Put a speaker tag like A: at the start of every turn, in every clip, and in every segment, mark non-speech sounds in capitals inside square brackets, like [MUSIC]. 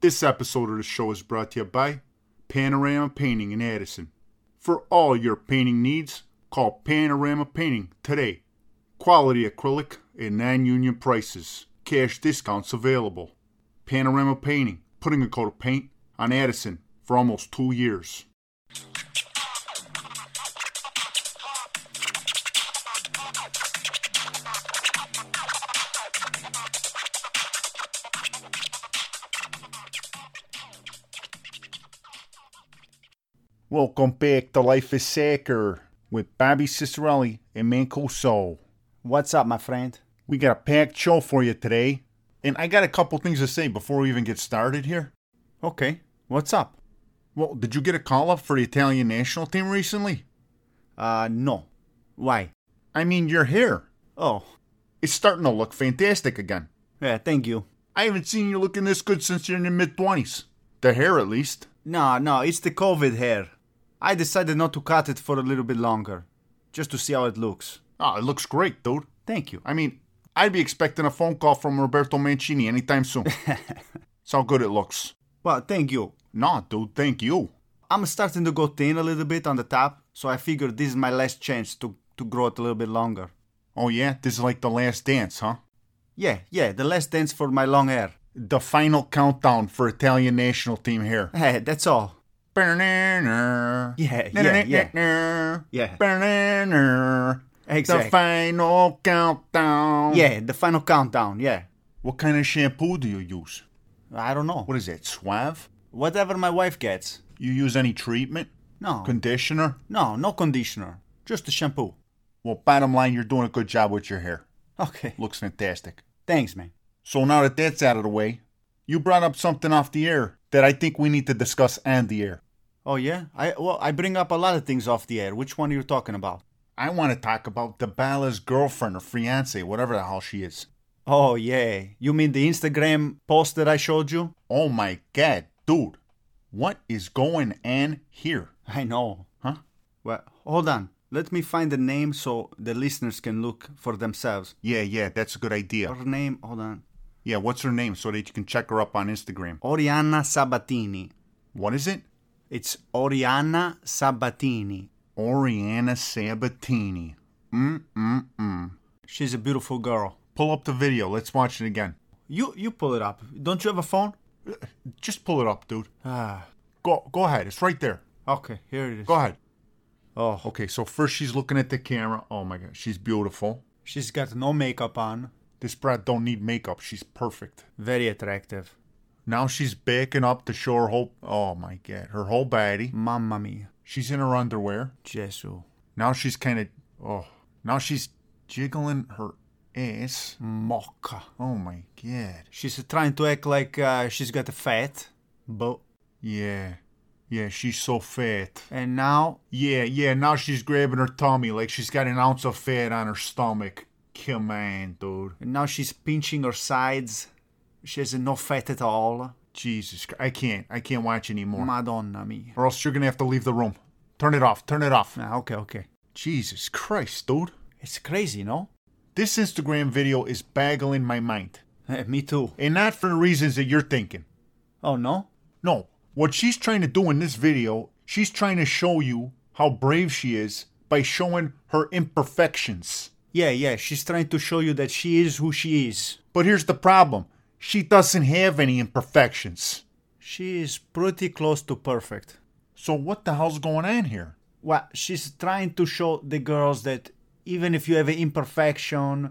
A: This episode of the show is brought to you by Panorama Painting in Addison. For all your painting needs, call Panorama Painting today. Quality acrylic and non union prices. Cash discounts available. Panorama Painting, putting a coat of paint on Addison for almost two years. Welcome back to Life is Sacker with Bobby Cicerelli and Manco Soul.
B: What's up, my friend?
A: We got a packed show for you today, and I got a couple things to say before we even get started here.
B: Okay, what's up?
A: Well, did you get a call up for the Italian national team recently?
B: Uh, no. Why?
A: I mean, your hair.
B: Oh,
A: It's starting to look fantastic again.
B: yeah, thank you.
A: I haven't seen you looking this good since you're in your mid 20s. The hair, at least.
B: No, no, it's the COVID hair. I decided not to cut it for a little bit longer, just to see how it looks.
A: Ah, it looks great, dude.
B: Thank you.
A: I mean, I'd be expecting a phone call from Roberto Mancini anytime
B: [LAUGHS]
A: soon. That's how good it looks.
B: Well, thank you.
A: Nah, dude, thank you.
B: I'm starting to go thin a little bit on the top, so I figured this is my last chance to, to grow it a little bit longer.
A: Oh, yeah? This is like the last dance, huh?
B: Yeah, yeah, the last dance for my long hair. [LAUGHS]
A: The final countdown for Italian national team hair.
B: Hey, that's all.
A: Yeah,
B: [LAUGHS]
A: [LAUGHS]
B: Yeah, yeah, Yeah.
A: The
B: Exact.
A: final countdown.
B: Yeah, the final countdown, yeah.
A: What kind of shampoo do you use?
B: I don't know.
A: What is that, Suave?
B: Whatever my wife gets.
A: You use any treatment?
B: No.
A: Conditioner?
B: No, no conditioner. Just the shampoo.
A: Well, bottom line, you're doing a good job with your hair.
B: Okay.
A: Looks fantastic.
B: Thanks, man.
A: So now that that's out of the way, you brought up something off the air that I think we need to discuss on the air.
B: Oh yeah? I well I bring up a lot of things off the air. Which one are you talking about?
A: I want to talk about Dabala's girlfriend or fiance, whatever the hell she is.
B: Oh yeah. You mean the Instagram post that I showed you?
A: Oh my god, dude. What is going on here?
B: I know.
A: Huh?
B: Well hold on. Let me find the name so the listeners can look for themselves.
A: Yeah, yeah, that's a good idea.
B: Her name hold on.
A: Yeah, what's her name so that you can check her up on Instagram?
B: Oriana Sabatini.
A: What is it?
B: It's Oriana Sabatini.
A: Oriana Sabatini. Mm mm mm.
B: She's a beautiful girl.
A: Pull up the video. Let's watch it again.
B: You you pull it up. Don't you have a phone?
A: Just pull it up, dude.
B: Ah.
A: Go go ahead. It's right there.
B: Okay, here it is.
A: Go ahead.
B: Oh.
A: Okay, so first she's looking at the camera. Oh my god, she's beautiful.
B: She's got no makeup on.
A: This brat don't need makeup. She's perfect.
B: Very attractive.
A: Now she's backing up to show her whole oh my god, her whole body.
B: Mamma mia.
A: She's in her underwear.
B: Gesù.
A: Now she's kind of oh, now she's jiggling her ass.
B: Mocca.
A: Oh my god.
B: She's trying to act like uh, she's got a fat. But.
A: Yeah. Yeah, she's so fat.
B: And now.
A: Yeah, yeah, now she's grabbing her tummy like she's got an ounce of fat on her stomach. Come on, dude.
B: And now she's pinching her sides. She has no fat at all.
A: Jesus Christ. I can't. I can't watch anymore.
B: Madonna mia.
A: or else you're going to have to leave the room. Turn it off. Turn it off.
B: Ah, okay, okay.
A: Jesus Christ, dude.
B: It's crazy, no?
A: This Instagram video is baggling my mind.
B: Eh, me too.
A: And not for the reasons that you're thinking.
B: Oh, no?
A: No, what she's trying to do in this video, she's trying to show you how brave she is by showing her imperfections.
B: Yeah, yeah. She's trying to show you that she is who she is.
A: But here's the problem she doesn't have any imperfections.
B: She is pretty close to perfect.
A: So, what the hell's going on here?
B: well she's trying to show the girls that even if you have an imperfection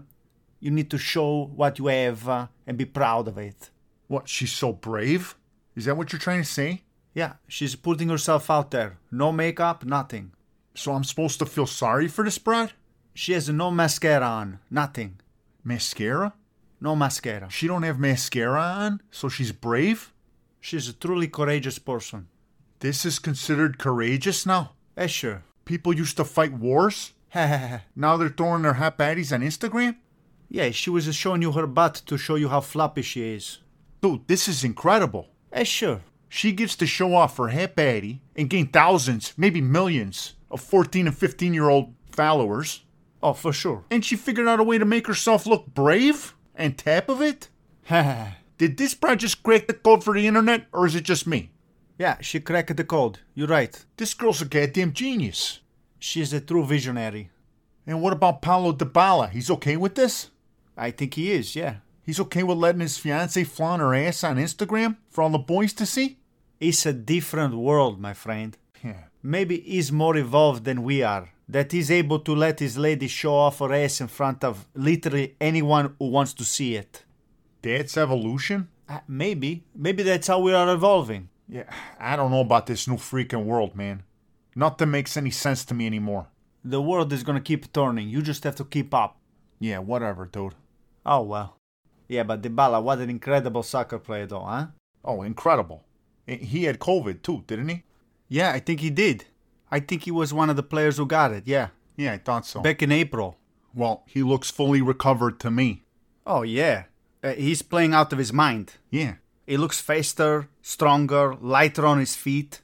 B: you need to show what you have uh, and be proud of it
A: What, she's so brave? Is that what you're trying to say?
B: yeah she's putting herself out there no makeup nothing
A: So, I'm supposed to feel sorry for this brat?
B: she has no mascara on nothing
A: Mascara?
B: no mascara
A: She don't have mascara on, so she's brave?
B: she's a truly courageous person
A: This is considered courageous now?
B: eh sure [LAUGHS]
A: People used to fight wars? Now they're throwing their hot baddies on Instagram?
B: yeah she was showing you her butt to show you how floppy she is
A: Dude, this is incredible.
B: eh sure
A: She gets to show off her hip baddie and gain thousands, maybe millions, of 14 and 15 year old followers.
B: oh for sure [LAUGHS]
A: And she figured out a way to make herself look brave and tap of it? Did this brand just crack the code for the internet, or is it just me?
B: Yeah, she cracked the code. You're right.
A: This girl's a goddamn genius.
B: She's a true visionary.
A: And what about Paulo Dybala? He's okay with this?
B: I think he is, yeah.
A: He's okay with letting his fiancee flaunt her ass on Instagram for all the boys to see?
B: It's a different world, my friend.
A: Yeah.
B: Maybe he's more evolved than we are. That he's able to let his lady show off her ass in front of literally anyone who wants to see it.
A: That's evolution?
B: Uh, maybe. Maybe that's how we are evolving.
A: Yeah, I don't know about this new freaking world, man. Nothing makes any sense to me anymore.
B: The world is gonna keep turning. You just have to keep up.
A: Yeah, whatever, dude.
B: Oh well. Yeah, but Dybala, what an incredible soccer player, though, huh?
A: Oh, incredible. And He had COVID too, didn't he?
B: Yeah, I think he did. I think he was one of the players who got it, yeah.
A: Yeah, I thought so.
B: Back in April.
A: well, he looks fully recovered to me.
B: Oh, yeah. Uh, he's playing out of his mind.
A: Yeah.
B: He looks faster, stronger, lighter on his feet.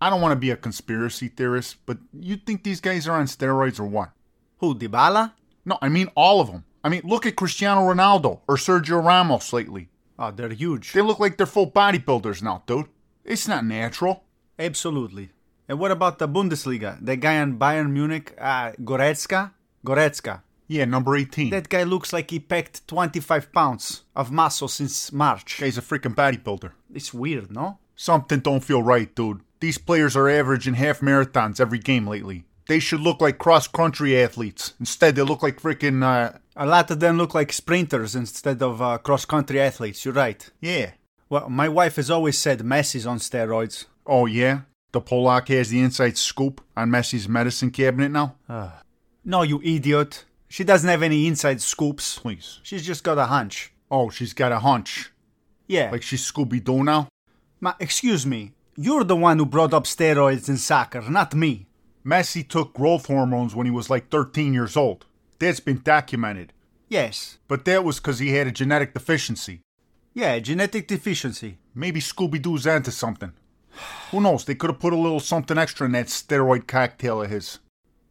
A: I don't want to be a conspiracy theorist, but you think these guys are on steroids or what?
B: Who, Dybala?
A: No, I mean all of them. I mean, look at Cristiano Ronaldo or Sergio Ramos lately.
B: Oh, they're huge.
A: They look like they're full bodybuilders now, dude. It's not natural.
B: Absolutely. And what about the Bundesliga? The guy on Bayern Munich, uh, Goretzka? Goretzka.
A: Yeah, number 18.
B: That guy looks like he packed 25 pounds of muscle since March.
A: guy's a freaking bodybuilder.
B: It's weird, no?
A: Something don't feel right, dude. These players are averaging half marathons every game lately. They should look like cross country athletes. Instead, they look like freaking, uh,
B: A lot of them look like sprinters instead of uh, cross country athletes, you're right.
A: yeah.
B: Well, my wife has always said Messi's on steroids.
A: Oh, yeah? The Polak has the inside scoop on Messi's medicine cabinet now?
B: No, you idiot. She doesn't have any inside scoops.
A: Please.
B: She's just got a hunch.
A: Oh, she's got a hunch.
B: Yeah.
A: Like she's Scooby Doo now?
B: Ma, excuse me. You're the one who brought up steroids in soccer, not me.
A: Messi took growth hormones when he was like 13 years old. That's been documented.
B: Yes.
A: But that was because he had a genetic deficiency.
B: Yeah, genetic deficiency.
A: Maybe Scooby Doo's onto something. Who knows? They could have put a little something extra in that steroid cocktail of his.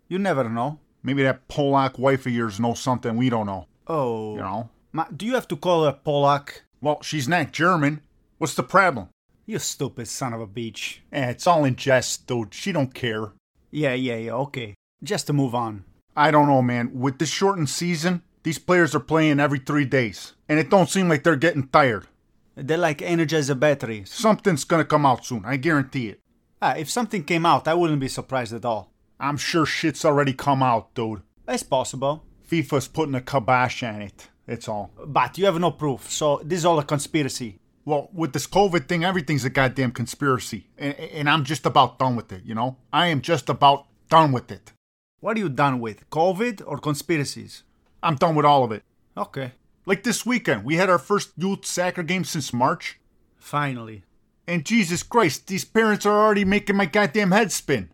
B: You never know.
A: Maybe that Polak wife of yours knows something we don't know.
B: Oh.
A: You know?
B: Ma, do you have to call her Polak?
A: Well, she's not German. What's the problem?
B: You stupid son of a bitch.
A: Eh, it's all in jest, dude. She don't care.
B: Yeah, yeah, yeah, okay. Just to move on.
A: I don't know, man. With this shortened season, these players are playing every three days, and it don't seem like they're getting tired.
B: They're like energizer batteries.
A: Something's gonna come out soon. I guarantee it.
B: Ah, if something came out, I wouldn't be surprised at all.
A: I'm sure shit's already come out, dude.
B: It's possible.
A: FIFA's putting a kibosh on it. That's all.
B: But you have no proof, so this is all a conspiracy.
A: Well, with this COVID thing, everything's a goddamn conspiracy, and, and I'm just about done with it. You know, I am just about done with it.
B: What are you done with? COVID or conspiracies?
A: I'm done with all of it.
B: Okay.
A: Like this weekend, we had our first youth soccer game since March,
B: Finally.
A: and Jesus Christ, these parents are already making my goddamn head spin.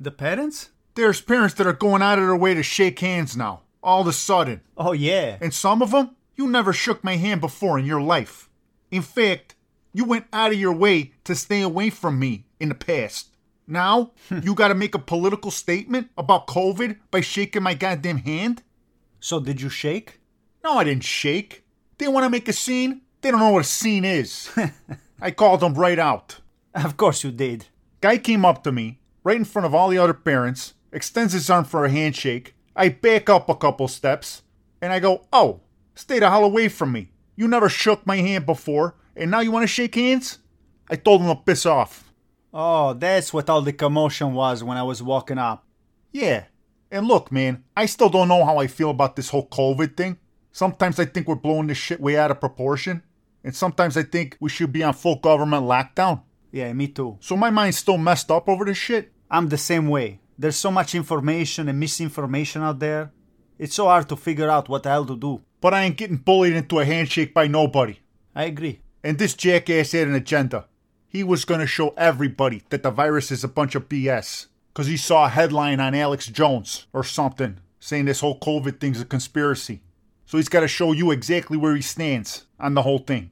B: The parents?
A: There's parents that are going out of their way to shake hands now, all of a sudden.
B: Oh, yeah.
A: And some of them, you never shook my hand before in your life. In fact, you went out of your way to stay away from me in the past. Now, you gotta make a political statement about COVID by shaking my goddamn hand?
B: So, did you shake? [LAUGHS]
A: No, I didn't shake. They wanna make a scene? They don't know what a scene is. I called them right out.
B: Of course you did.
A: Guy came up to me, right in front of all the other parents, extends his arm for a handshake. I back up a couple steps, and I go, Oh, stay the hell away from me. You never shook my hand before, and now you want to shake hands? I told him to piss off.
B: Oh, that's what all the commotion was when I was walking up.
A: Yeah. And look, man, I still don't know how I feel about this whole COVID thing. Sometimes I think we're blowing this shit way out of proportion, and sometimes I think we should be on full government lockdown.
B: Yeah, me too.
A: So my mind's still messed up over this shit.
B: I'm the same way. There's so much information and misinformation out there. It's so hard to figure out what the hell to do.
A: but I ain't getting bullied into a handshake by nobody.
B: I agree.
A: And this jackass had an agenda. He was going to show everybody that the virus is a bunch of BS because he saw a headline on Alex Jones or something saying this whole COVID thing's a conspiracy. So he's got to show you exactly where he stands on the whole thing.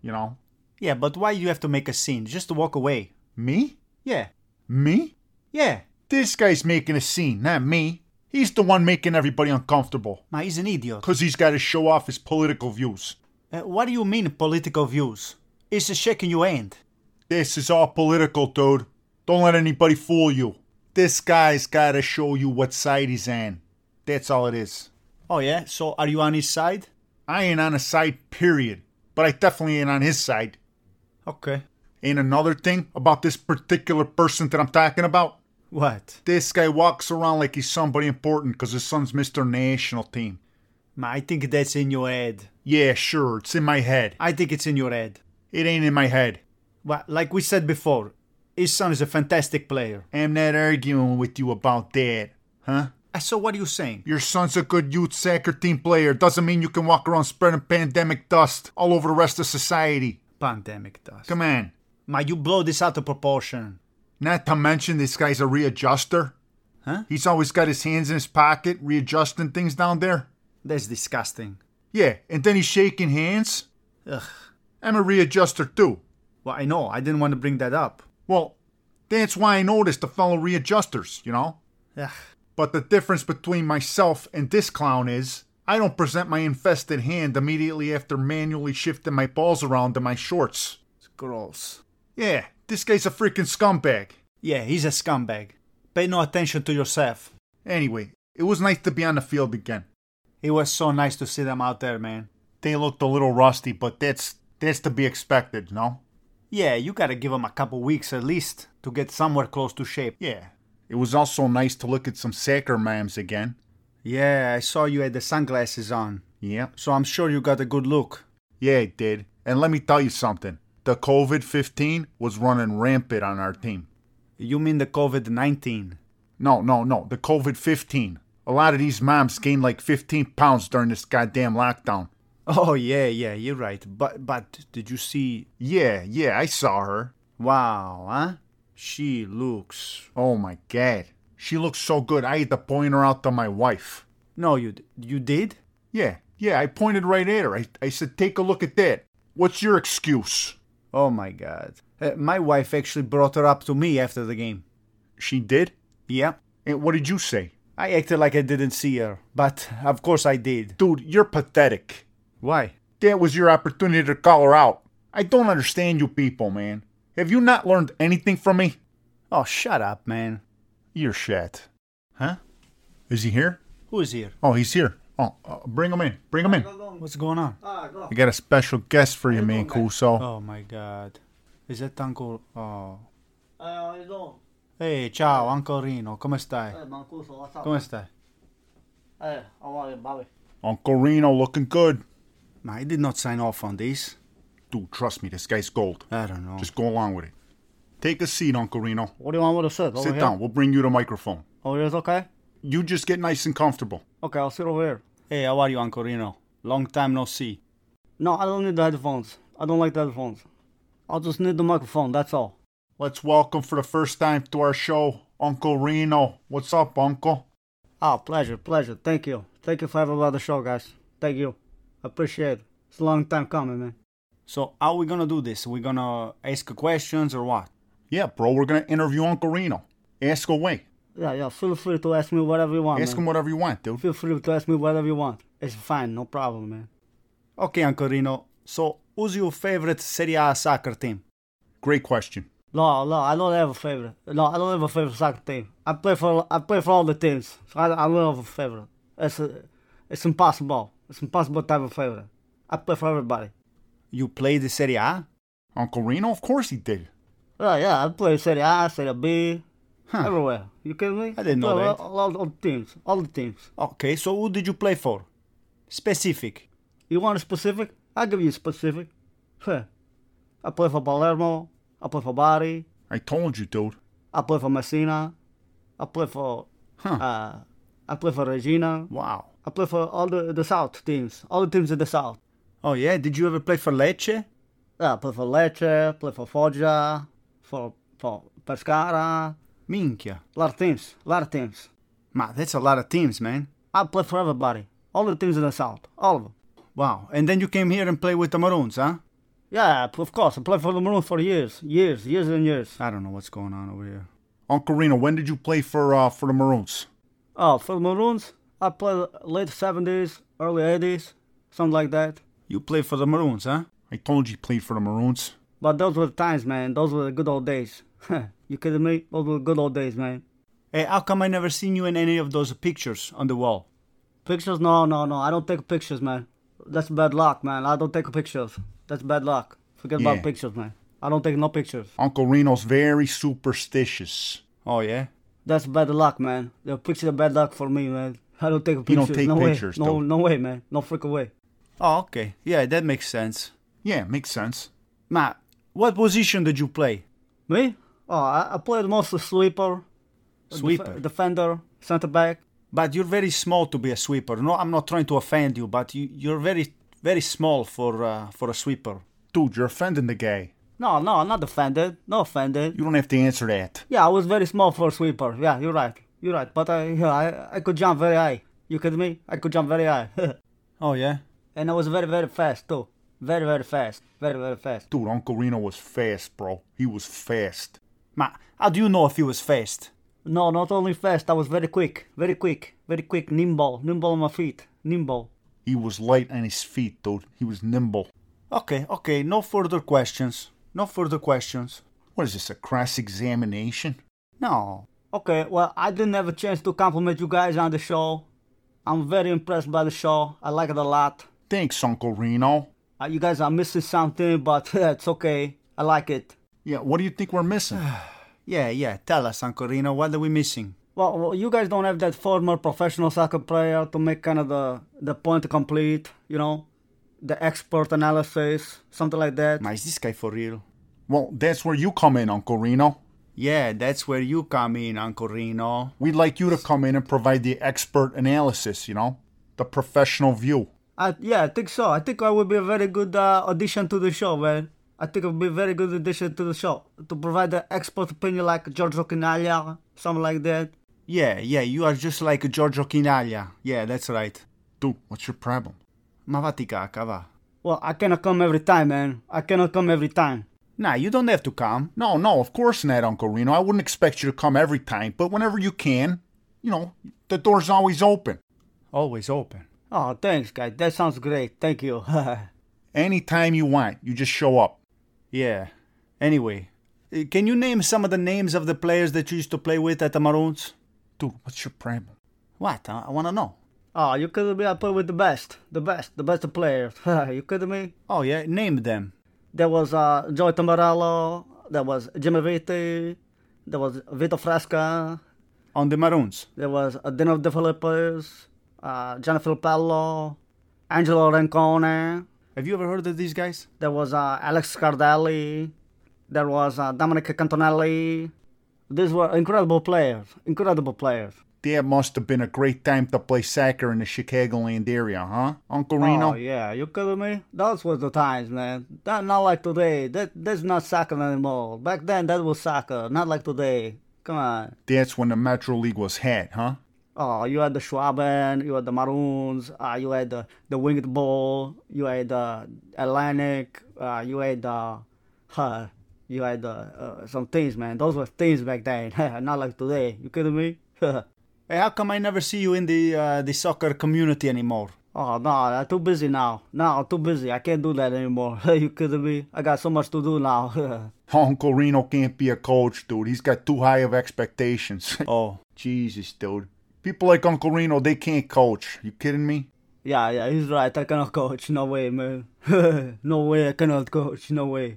A: You know?
B: Yeah, but why you have to make a scene? Just to walk away.
A: Me?
B: Yeah.
A: Me?
B: Yeah.
A: This guy's making a scene, not me. He's the one making everybody uncomfortable
B: Ma, he's an idiot.
A: because he's got to show off his political views.
B: Uh, what do you mean political views? It's shaking your hand.
A: This is all political, dude. Don't let anybody fool you. This guy's gotta show you what side he's on. That's all it is.
B: Oh yeah, so are you on his side?
A: I ain't on a side, period. But I definitely ain't on his side.
B: Okay.
A: And another thing about this particular person that I'm talking about,
B: What?
A: this guy walks around like he's somebody important because his son's Mr. National Team.
B: Ma, I think that's in your head.
A: Yeah, sure, it's in my head.
B: I think it's in your head.
A: It ain't in my head.
B: Well, like we said before, his son is a fantastic player.
A: I'm not arguing with you about that, huh?
B: Uh, So what are you saying?
A: Your son's a good youth soccer team player. Doesn't mean you can walk around spreading pandemic dust all over the rest of society.
B: Pandemic does.
A: Come on.
B: Ma, you blow this out of proportion.
A: Not to mention this guy's a readjuster.
B: Huh?
A: He's always got his hands in his pocket, readjusting things down there.
B: That's disgusting.
A: Yeah, and then he's shaking hands.
B: Ugh.
A: I'm a readjuster too.
B: Well, I know. I didn't want to bring that up.
A: Well, that's why I noticed the fellow readjusters, you know?
B: Ugh.
A: But the difference between myself and this clown is I don't present my infested hand immediately after manually shifting my balls around to my shorts.
B: It's gross.
A: Yeah, this guy's a freaking scumbag.
B: Yeah, he's a scumbag. Pay no attention to yourself.
A: Anyway, it was nice to be on the field again.
B: It was so nice to see them out there, man.
A: They looked a little rusty, but that's that's to be expected, no?
B: Yeah, you gotta give them a couple weeks at least to get somewhere close to shape.
A: Yeah. It was also nice to look at some soccer moms again.
B: Yeah, I saw you had the sunglasses on,
A: Yep.
B: so I'm sure you got a good look.
A: Yeah, it did. And let me tell you something. The COVID 15 was running rampant on our team.
B: You mean the COVID 19?
A: No, no, no. The COVID 15. A lot of these moms gained like 15 pounds during this goddamn lockdown.
B: Oh, yeah, yeah, you're right. But, but, did you see?
A: Yeah, yeah, I saw her.
B: Wow, huh? She looks.
A: Oh my god. She looks so good. I had to point her out to my wife.
B: No, you, d- you did?
A: Yeah, yeah, I pointed right at her. I, I said, take a look at that. What's your excuse?
B: Oh my god. Uh, my wife actually brought her up to me after the game.
A: She did?
B: Yeah.
A: And what did you say?
B: I acted like I didn't see her, but of course I did.
A: Dude, you're pathetic.
B: Why?
A: That was your opportunity to call her out. I don't understand you people, man. Have you not learned anything from me?
B: Oh, shut up, man.
A: You're shit.
B: Huh?
A: Is he here?
B: Who is here?
A: Oh, he's here. Oh, uh, bring him in. Bring him in.
B: What's going on?
C: Ah.
A: I got a special guest for you, man, Cuso.
B: Oh my god. Is that Uncle. Oh.
C: Eh, no,
B: Ehi, ciao, Uncle Rino, come stai?
C: eh, manco so, sa-
B: Come stai?
C: Eh, amore, vabbè.
A: Uncle Reno looking good.
B: Ma, I did not sign off on this.
A: Dude, trust me, this guy's gold.
B: I don't know.
A: Just go along with it. Take a seat, Uncle Reno.
C: What do you want me to sit? Over
A: Sit
C: here?
A: down. We'll bring you the microphone.
C: Oh, yes, okay?
A: You just get nice and comfortable.
C: Okay, I'll sit over here.
B: Hey, how are you, Uncle Rino? Long time no see.
C: No, I don't need the headphones. I don't like the headphones. I just need the microphone, that's all.
A: Let's welcome for the first time to our show, Uncle Reno. What's up, Uncle?
C: Ah, pleasure, pleasure. Thank you. Thank you for having me on the show, guys. Thank you. Appreciate it. It's a long time coming, man.
B: So, how we gonna do this? We gonna ask questions or what?
A: Yeah, bro, we're going to interview Uncle Reno. Ask away.
C: Yeah, yeah, feel free to ask me whatever you want,
A: Ask
C: man.
A: him whatever you want, dude.
C: Feel free to ask me whatever you want. It's fine, no problem, man.
B: Okay, Uncle Rino, so who's your favorite Serie A soccer team?
A: Great question.
C: No, no, I don't have a favorite. No, I don't have a favorite soccer team. I play for I play for all the teams. So I, I don't have a favorite. It's it's impossible. It's impossible to have a favorite. I play for everybody.
B: You play the Serie A?
A: Uncle Reno? Of course he did.
C: Yeah, yeah, I play Serie A, Serie B,
A: Huh.
C: everywhere. You kidding me?
B: I didn't know
C: Play
B: that.
C: All, all, all the teams, all the teams.
B: Okay, so who did you play for? Specific.
C: You want a specific? I'll give you a specific. Huh. I play for Palermo. I play for Bari.
A: I told you, dude.
C: I play for Messina. I play for
A: Huh.
C: uh, I play for Regina.
B: Wow.
C: I play for all the, the South teams, all the teams in the South.
B: Oh yeah, did you ever play for Lecce?
C: Yeah, I play for Lecce, play for Foggia, for for Pescara,
B: Minchia.
C: a lot of teams, a lot of teams.
B: Ma, that's a lot of teams, man.
C: I play for everybody, all the teams in the South, all of them.
B: Wow. And then you came here and played with the Maroons, huh?
C: Yeah, I pl- of course, I played for the Maroons for years, years, years and years.
B: I don't know what's going on over here.
A: Uncle Reno, when did you play for uh, for the Maroons?
C: Oh, for the Maroons, I played late 70s, early 80s, something like that.
B: You play for the Maroons, huh?
A: I told you he played for the Maroons.
C: But those were the times, man. Those were the good old days. [LAUGHS] you kidding me? Those were the good old days, man.
B: Hey, how come I never seen you in any of those pictures on the wall?
C: Pictures? No, no, no. I don't take pictures, man. That's bad luck, man. I don't take pictures. That's bad luck. Forget
A: Yeah.
C: about pictures, man. I don't take no pictures.
A: Uncle Reno's very superstitious.
B: Oh yeah.
C: That's bad luck, man. The picture of bad luck for me, man. [LAUGHS] I don't take pictures.
A: take
C: no
A: pictures,
C: way.
A: though.
C: No, no way, man. No freaking way.
B: Oh okay. Yeah, that makes sense.
A: Yeah, makes sense.
B: Ma, what position did you play?
C: Me? Oh, I, I played mostly sweeper, def-
B: Sweeper.
C: defender, center back.
B: But you're very small to be a sweeper. No, I'm not trying to offend you, but you, you're very, very small for uh, for a sweeper.
A: Dude, you're offending the guy.
C: No, no, I'm not offended. No offended.
A: You don't have to answer that.
C: Yeah, I was very small for a sweeper. Yeah, you're right. You're right. But I, yeah, I, I could jump very high. You kidding me? I could jump very high. [LAUGHS]
B: Oh yeah.
C: and I was very, very fast too. Very, very fast. Very, very fast.
A: Dude, Uncle Reno was fast, bro. He was fast.
B: Ma, how do you know if he was fast?
C: No, not only fast. I was very quick. Very quick. Very quick. Nimble. Nimble on my feet. Nimble.
A: He was light on his feet, dude. He was nimble.
B: Okay, okay. No further questions. No further questions.
A: What is this, a cross examination?
B: No.
C: Okay, well, I didn't have a chance to compliment you guys on the show. I'm very impressed by the show. I like it a lot.
A: Thanks, Uncle Reno.
C: Uh, you guys are missing something, but [LAUGHS] it's okay. I like it.
A: Yeah, what do you think we're missing? [SIGHS]
B: Yeah, yeah. Tell us, Ancorino, what are we missing?
C: Well, well, you guys don't have that former professional soccer player to make kind of the, the point complete, you know, the expert analysis, something like that.
B: Ma, is this guy for real?
A: well, that's where you come in, Uncle Reno.
B: Yeah, that's where you come in, Ancorino.
A: We'd like you to come in and provide the expert analysis, you know? The professional view.
C: I, yeah, I think so. I think I would be a very good uh, addition to the show, man. I think it would be a very good addition to the show to provide the expert opinion like Giorgio Canaglia, something like that.
B: Yeah, yeah. You are just like Giorgio Chinaglia. Yeah, that's right.
A: Dude, what's your problem?
B: Ma vatti cacca, va.
C: Well, I cannot come every time, man. I cannot come every time.
B: Nah, you don't have to come.
A: No, no, of course not, Uncle Reno. I wouldn't expect you to come every time, but whenever you can, you know, the door's always open.
B: Always open.
C: Oh, thanks, guys. That sounds great. Thank you. [LAUGHS]
A: Anytime you want, you just show up.
B: Yeah. Anyway, uh, can you name some of the names of the players that you used to play with at the Maroons?
A: Dude, what's your problem?
B: What? I, I want to know.
C: oh, you kidding me? I play with the best, the best, the best players. [LAUGHS] you kidding me?
B: Oh, yeah, name them.
C: There was uh, Joey Tamarello. There was Jimmy Vitti. There was Vito Fresca.
B: On the Maroons.
C: There was uh, Dino De Filippis, uh, Gianni Filippello, Angelo Rancone.
B: Have you ever heard of these guys?
C: There was uh, Alex Cardelli. There was uh, Dominic Cantonelli. These were incredible players. Incredible players.
A: That must have been a great time to play soccer in the Chicagoland area, huh, Uncle
C: Oh
A: Reno?
C: yeah, you kidding me? Those were the times, man. That not like today. That that's not soccer anymore. Back then, that was soccer. Not like today. Come on.
A: That's when the Metro League was had, huh? [LAUGHS]
C: Oh, you had the Schwaben, you had the Maroons, uh, you had the, the Winged Ball, you had the Atlantic, uh, you had the, huh, you had the, uh, some things, man. Those were things back then. [LAUGHS] not like today. You kidding me? [LAUGHS] oh
B: Hey, Eh, how come I never see you in the uh, the soccer community anymore?
C: Oh, no, I'm too busy now. No, I'm too busy. I can't do that anymore. [LAUGHS] you kidding me? I got so much to do now. [LAUGHS]
A: Uncle Reno can't be a coach, dude. He's got too high of expectations. [LAUGHS]
B: Oh,
A: Jesus, dude. People like Uncle Reno, they can't coach. You kidding me?
C: Yeah, yeah, he's right. I cannot coach. No way, man. [LAUGHS] no way, I cannot coach. No way.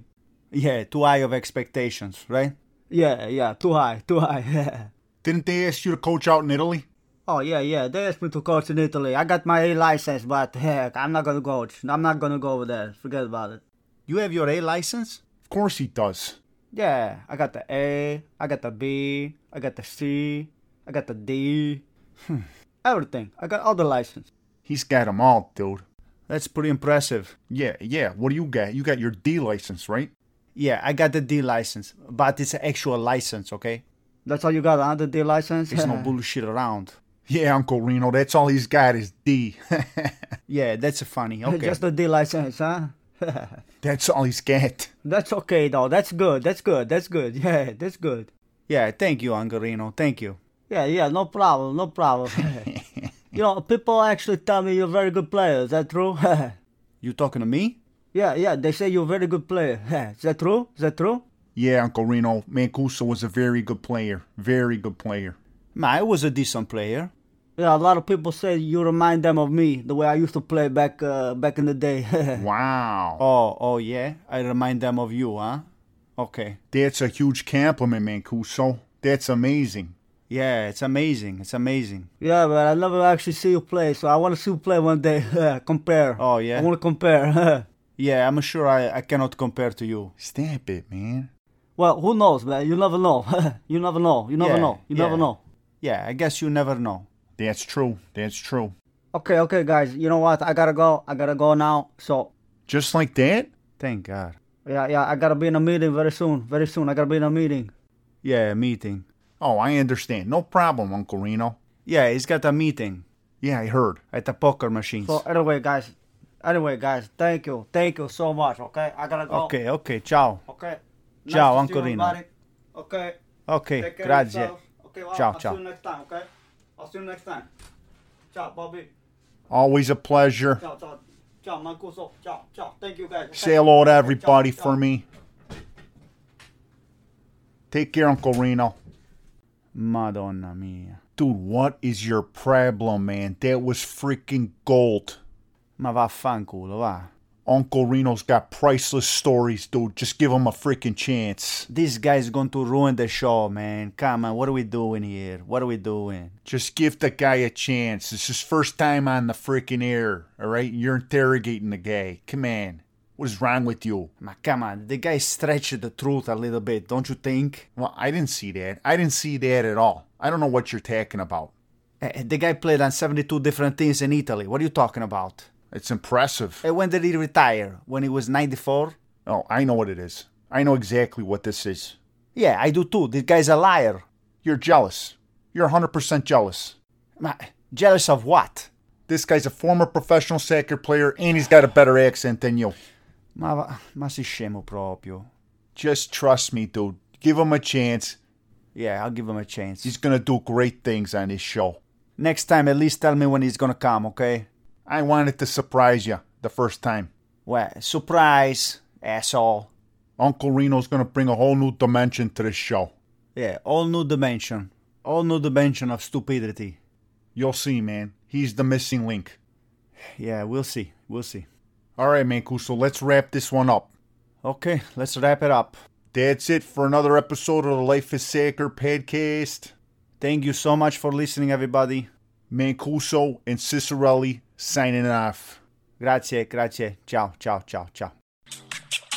B: yeah, too high of expectations, right?
C: Yeah, yeah, too high, too high. [LAUGHS]
A: Didn't they ask you to coach out in Italy?
C: oh, yeah, yeah, they asked me to coach in Italy. I got my A license, but heck, I'm not gonna coach. I'm not gonna go over there. Forget about it.
B: You have your A license?
A: Of course he does.
C: Yeah, I got the A, I got the B, I got the C, I got the D. Hmm. Everything. I got all the license.
A: He's got 'em all, dude.
B: That's pretty impressive.
A: Yeah, yeah. What do you got? You got your D license, right?
B: Yeah, I got the D license, but it's an actual license, okay?
C: That's all you got, huh? The D license?
B: It's [LAUGHS]
C: [LAUGHS]
B: no bullshit around.
A: Yeah, Uncle Reno, that's all he's got is D. [LAUGHS]
B: Yeah, that's funny. [LAUGHS] Okay.
C: Just the D license, huh? [LAUGHS]
A: that's all he's got.
C: That's okay though. That's good. That's good. That's good. [LAUGHS] Yeah, that's good.
B: Yeah, thank you, Angarino. Thank you.
C: Yeah, yeah, no problem, [LAUGHS] no problem. you know, people actually tell me you're very good player. Is that true? [LAUGHS]
B: You talking to me?
C: Yeah, yeah, they say you're a very good player. [LAUGHS] Is that true? Is that true?
A: Yeah, Uncle Reno, Mancuso was a very good player. Very good player.
B: Ma, I was a decent player.
C: Yeah, a lot of people say you remind them of me, the way I used to play back uh, back in the day. [LAUGHS]
A: Wow.
B: Oh, oh yeah. I remind them of you, huh? Okay.
A: That's a huge compliment, Mancuso. That's amazing.
B: Yeah, it's amazing. It's amazing.
C: yeah, but I never actually see you play, so I want to see you play one day. [LAUGHS] compare.
B: Oh, yeah?
C: I want to compare. [LAUGHS]
B: Yeah, I'm sure I, I cannot compare to you.
A: Stamp it, man.
C: well, who knows, man? You never know. [LAUGHS] you never know. You never
B: Yeah,
C: know. You never
B: yeah.
C: know.
B: Yeah, I guess you never know.
A: That's true. That's true.
C: Okay, okay, guys. You know what? I gotta go. I gotta go now. So,
A: Just like that?
B: Thank God.
C: yeah, yeah. I gotta be in a meeting very soon. Very soon. I gotta be in a meeting.
B: Yeah, meeting.
A: Oh, I understand. No problem, Uncle Reno.
B: Yeah, he's got a meeting
A: Yeah, I heard.
B: at the poker machines.
C: So anyway, guys. Anyway, guys. Thank you. Thank you so much. Okay, I gotta go.
B: Okay, okay, ciao.
C: Okay.
B: Ciao,
C: to see
B: Uncle
C: you,
B: Rino.
C: everybody. Okay.
B: Okay,
C: Take care of
B: grazie.
C: yourself. Okay, well,
B: Ciao,
C: I'll
B: ciao.
C: see you next time. Okay. I'll see you next time. Ciao, Bobby.
A: Always a pleasure.
C: Ciao, ciao. Ciao, Mancuso. Ciao, ciao. Thank you, guys. okay?
A: Say hello to everybody
C: Ciao,
A: for
C: ciao.
A: me. Take care, Uncle Reno.
B: Madonna mia.
A: Dude, what is your problem, man? That was freaking gold.
B: Ma vaffanculo, va.
A: Uncle Reno's got priceless stories, dude. Just give him a freaking chance.
B: This guy's going to ruin the show, man. Come on, what are we doing here? What are we doing?
A: Just give the guy a chance. It's his first time on the freaking air, all right? You're interrogating the guy. Come on. What is wrong with you?
B: Ma come on, the guy stretched the truth a little bit, don't you think?
A: Well, I didn't see that. I didn't see that at all. I don't know what you're talking about.
B: Eh, the guy played on 72 different teams in Italy. What are you talking about?
A: It's impressive.
B: Eh, when did he retire? When he was 94?
A: Oh, I know what it is. I know exactly what this is.
B: Yeah, I do too. This guy's a liar.
A: You're jealous. You're 100% jealous.
B: Ma, jealous of what?
A: This guy's a former professional soccer player and he's got a better accent than you.
B: Ma, va- ma si scemo proprio.
A: Just trust me, dude. Give him a chance.
B: Yeah, I'll give him a chance.
A: He's going to do great things on this show.
B: Next time, at least tell me when he's gonna come, okay?
A: I wanted to surprise you the first time.
B: Well, surprise, asshole.
A: Uncle Reno's going to bring a whole new dimension to this show.
B: Yeah, all new dimension. All new dimension of stupidity.
A: You'll see, man. He's the missing link.
B: Yeah, we'll see. We'll see.
A: All right, Mancuso, let's wrap this one up.
B: Okay, let's wrap it up.
A: That's it for another episode of the Life is Sacred podcast.
B: Thank you so much for listening, everybody.
A: Mancuso and Cicerelli signing off.
B: Grazie, grazie. Ciao, ciao, ciao, ciao.